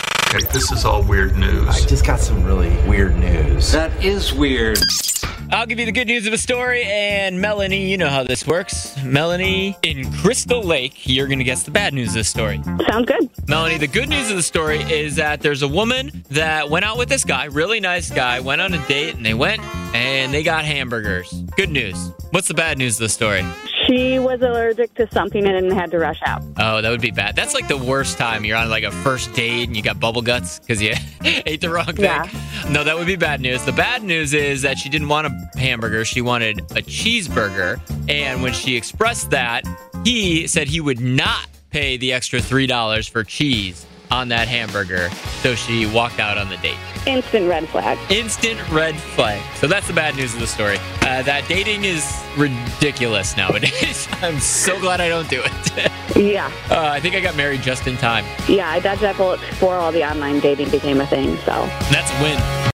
Okay, this is all weird I news. just got some really weird news. That is weird. I'll give you the good news of a story, and Melanie, you know how this works. Melanie, in Crystal Lake, you're going to guess the bad news of this story. Sounds good. Melanie, the good news of the story is that there's a woman that went out with this guy, really nice guy, went on a date, and they went and they got hamburgers. Good news. What's the bad news of the story? She was allergic to something and had to rush out. Oh, that would be bad. That's like the worst time. You're on like a first date and you got bubble guts because you ate the wrong thing. Yeah. No, that would be bad news. The bad news is that she didn't want a hamburger. She wanted a cheeseburger. And when she expressed that, he said he would not pay the extra $3 for cheese on that hamburger. So she walked out on the date. Instant red flag. Instant red flag. So that's the bad news of the story. Uh, that dating is ridiculous nowadays. I'm so glad I don't do it. Yeah. Uh, I think I got married just in time. Yeah, I dodged that bullet before all the online dating became a thing, so. That's a win.